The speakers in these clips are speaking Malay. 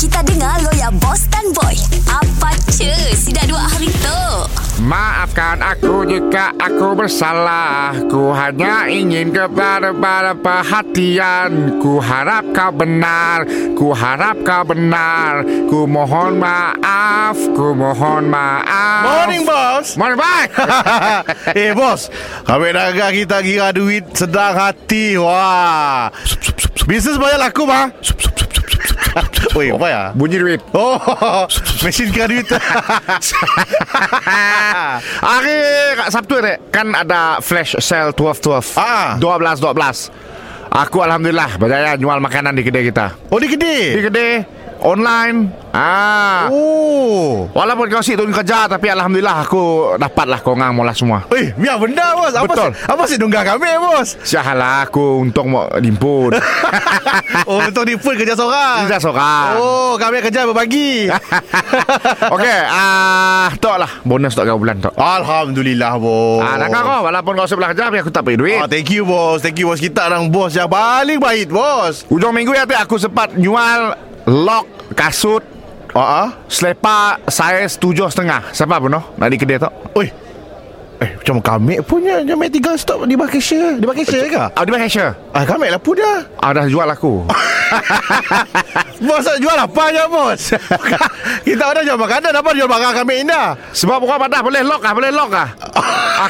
Kita dengar lo ya, boss dan boy. Apa cu? Si dah dua hari tu. Maafkan aku jika aku bersalah Ku hanya ingin kepada-pada perhatian Ku harap kau benar Ku harap kau benar Ku mohon maaf Ku mohon maaf Morning, boss. Morning bye eh, bos. Kami dagang kita kira duit sedang hati. Wah. Bisnes banyak laku, mah. Oi, apa ya? Bunyi duit Oh, mesin kira duit. Ah. Hari Kak Sabtu ni Kan ada flash sale 12-12 Ah. 12-12 Aku Alhamdulillah berjaya jual makanan di kedai kita oh, ni gede. Di kedai Online ah. Oh. Walaupun kau sik turun kerja Tapi Alhamdulillah aku dapatlah korang mula semua Eh, biar benda, bos. Apa Betul. si- Apa sih dunggang kami, bos? Siahalah aku untung mau limpun Oh, betul ni pun kerja seorang. Kita seorang Oh, kami kerja berbagi. Okey ah, Tok lah Bonus tok kau bulan tok Alhamdulillah, bos. Ah, nak kau Walaupun kau sebelah kerja Tapi aku tak beri duit Ah, thank you bos Thank you bos Kita orang bos yang paling baik bos Ujung minggu ya tu Aku sempat jual Lock Kasut Ah, ah. Selepa Saiz tujuh setengah Siapa pun noh Nak di kedai tok Oi Eh macam kami punya Macam main tiga stop di Bakisya Di Bakisya ke? Ah, di Malaysia Ah kami lah pun dah Ah, dah jual aku Bos nak jual apa je bos Kita orang jual makanan Apa jual barang kami indah Sebab orang padah boleh lock lah Boleh lock lah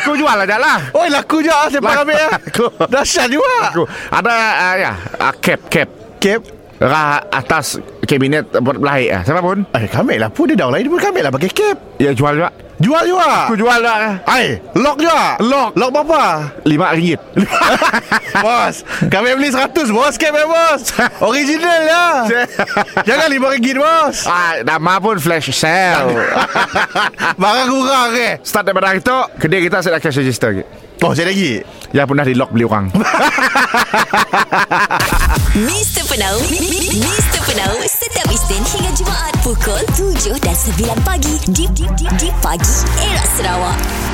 Aku jual aja lah Oi laku je ah Lepas Laku- kami ya laku. Dahsyat juga Aku ada uh, ya uh, cap cap Kep Rah atas kabinet buat belahik ah. Siapa pun Eh kami lah pun dia dah lain pun kami lah pakai kep Ya jual juga Jual juga Aku jual eh? juga Ai, lock juga Lock. Lock berapa? Lima ringgit bos Kami beli 100 bos Kep eh bos Original lah Jangan lima ringgit bos ah, Nama pun flash sale Barang kurang eh Start daripada hari tu Kedai kita saya dah cash register lagi Oh saya lagi Yang pernah di lock beli orang Mr. Penau, mi- mi- mi- Mr. Penau, setiap Isnin hingga Jumaat pukul 7 dan 9 pagi di, di, di, di pagi era Sarawak.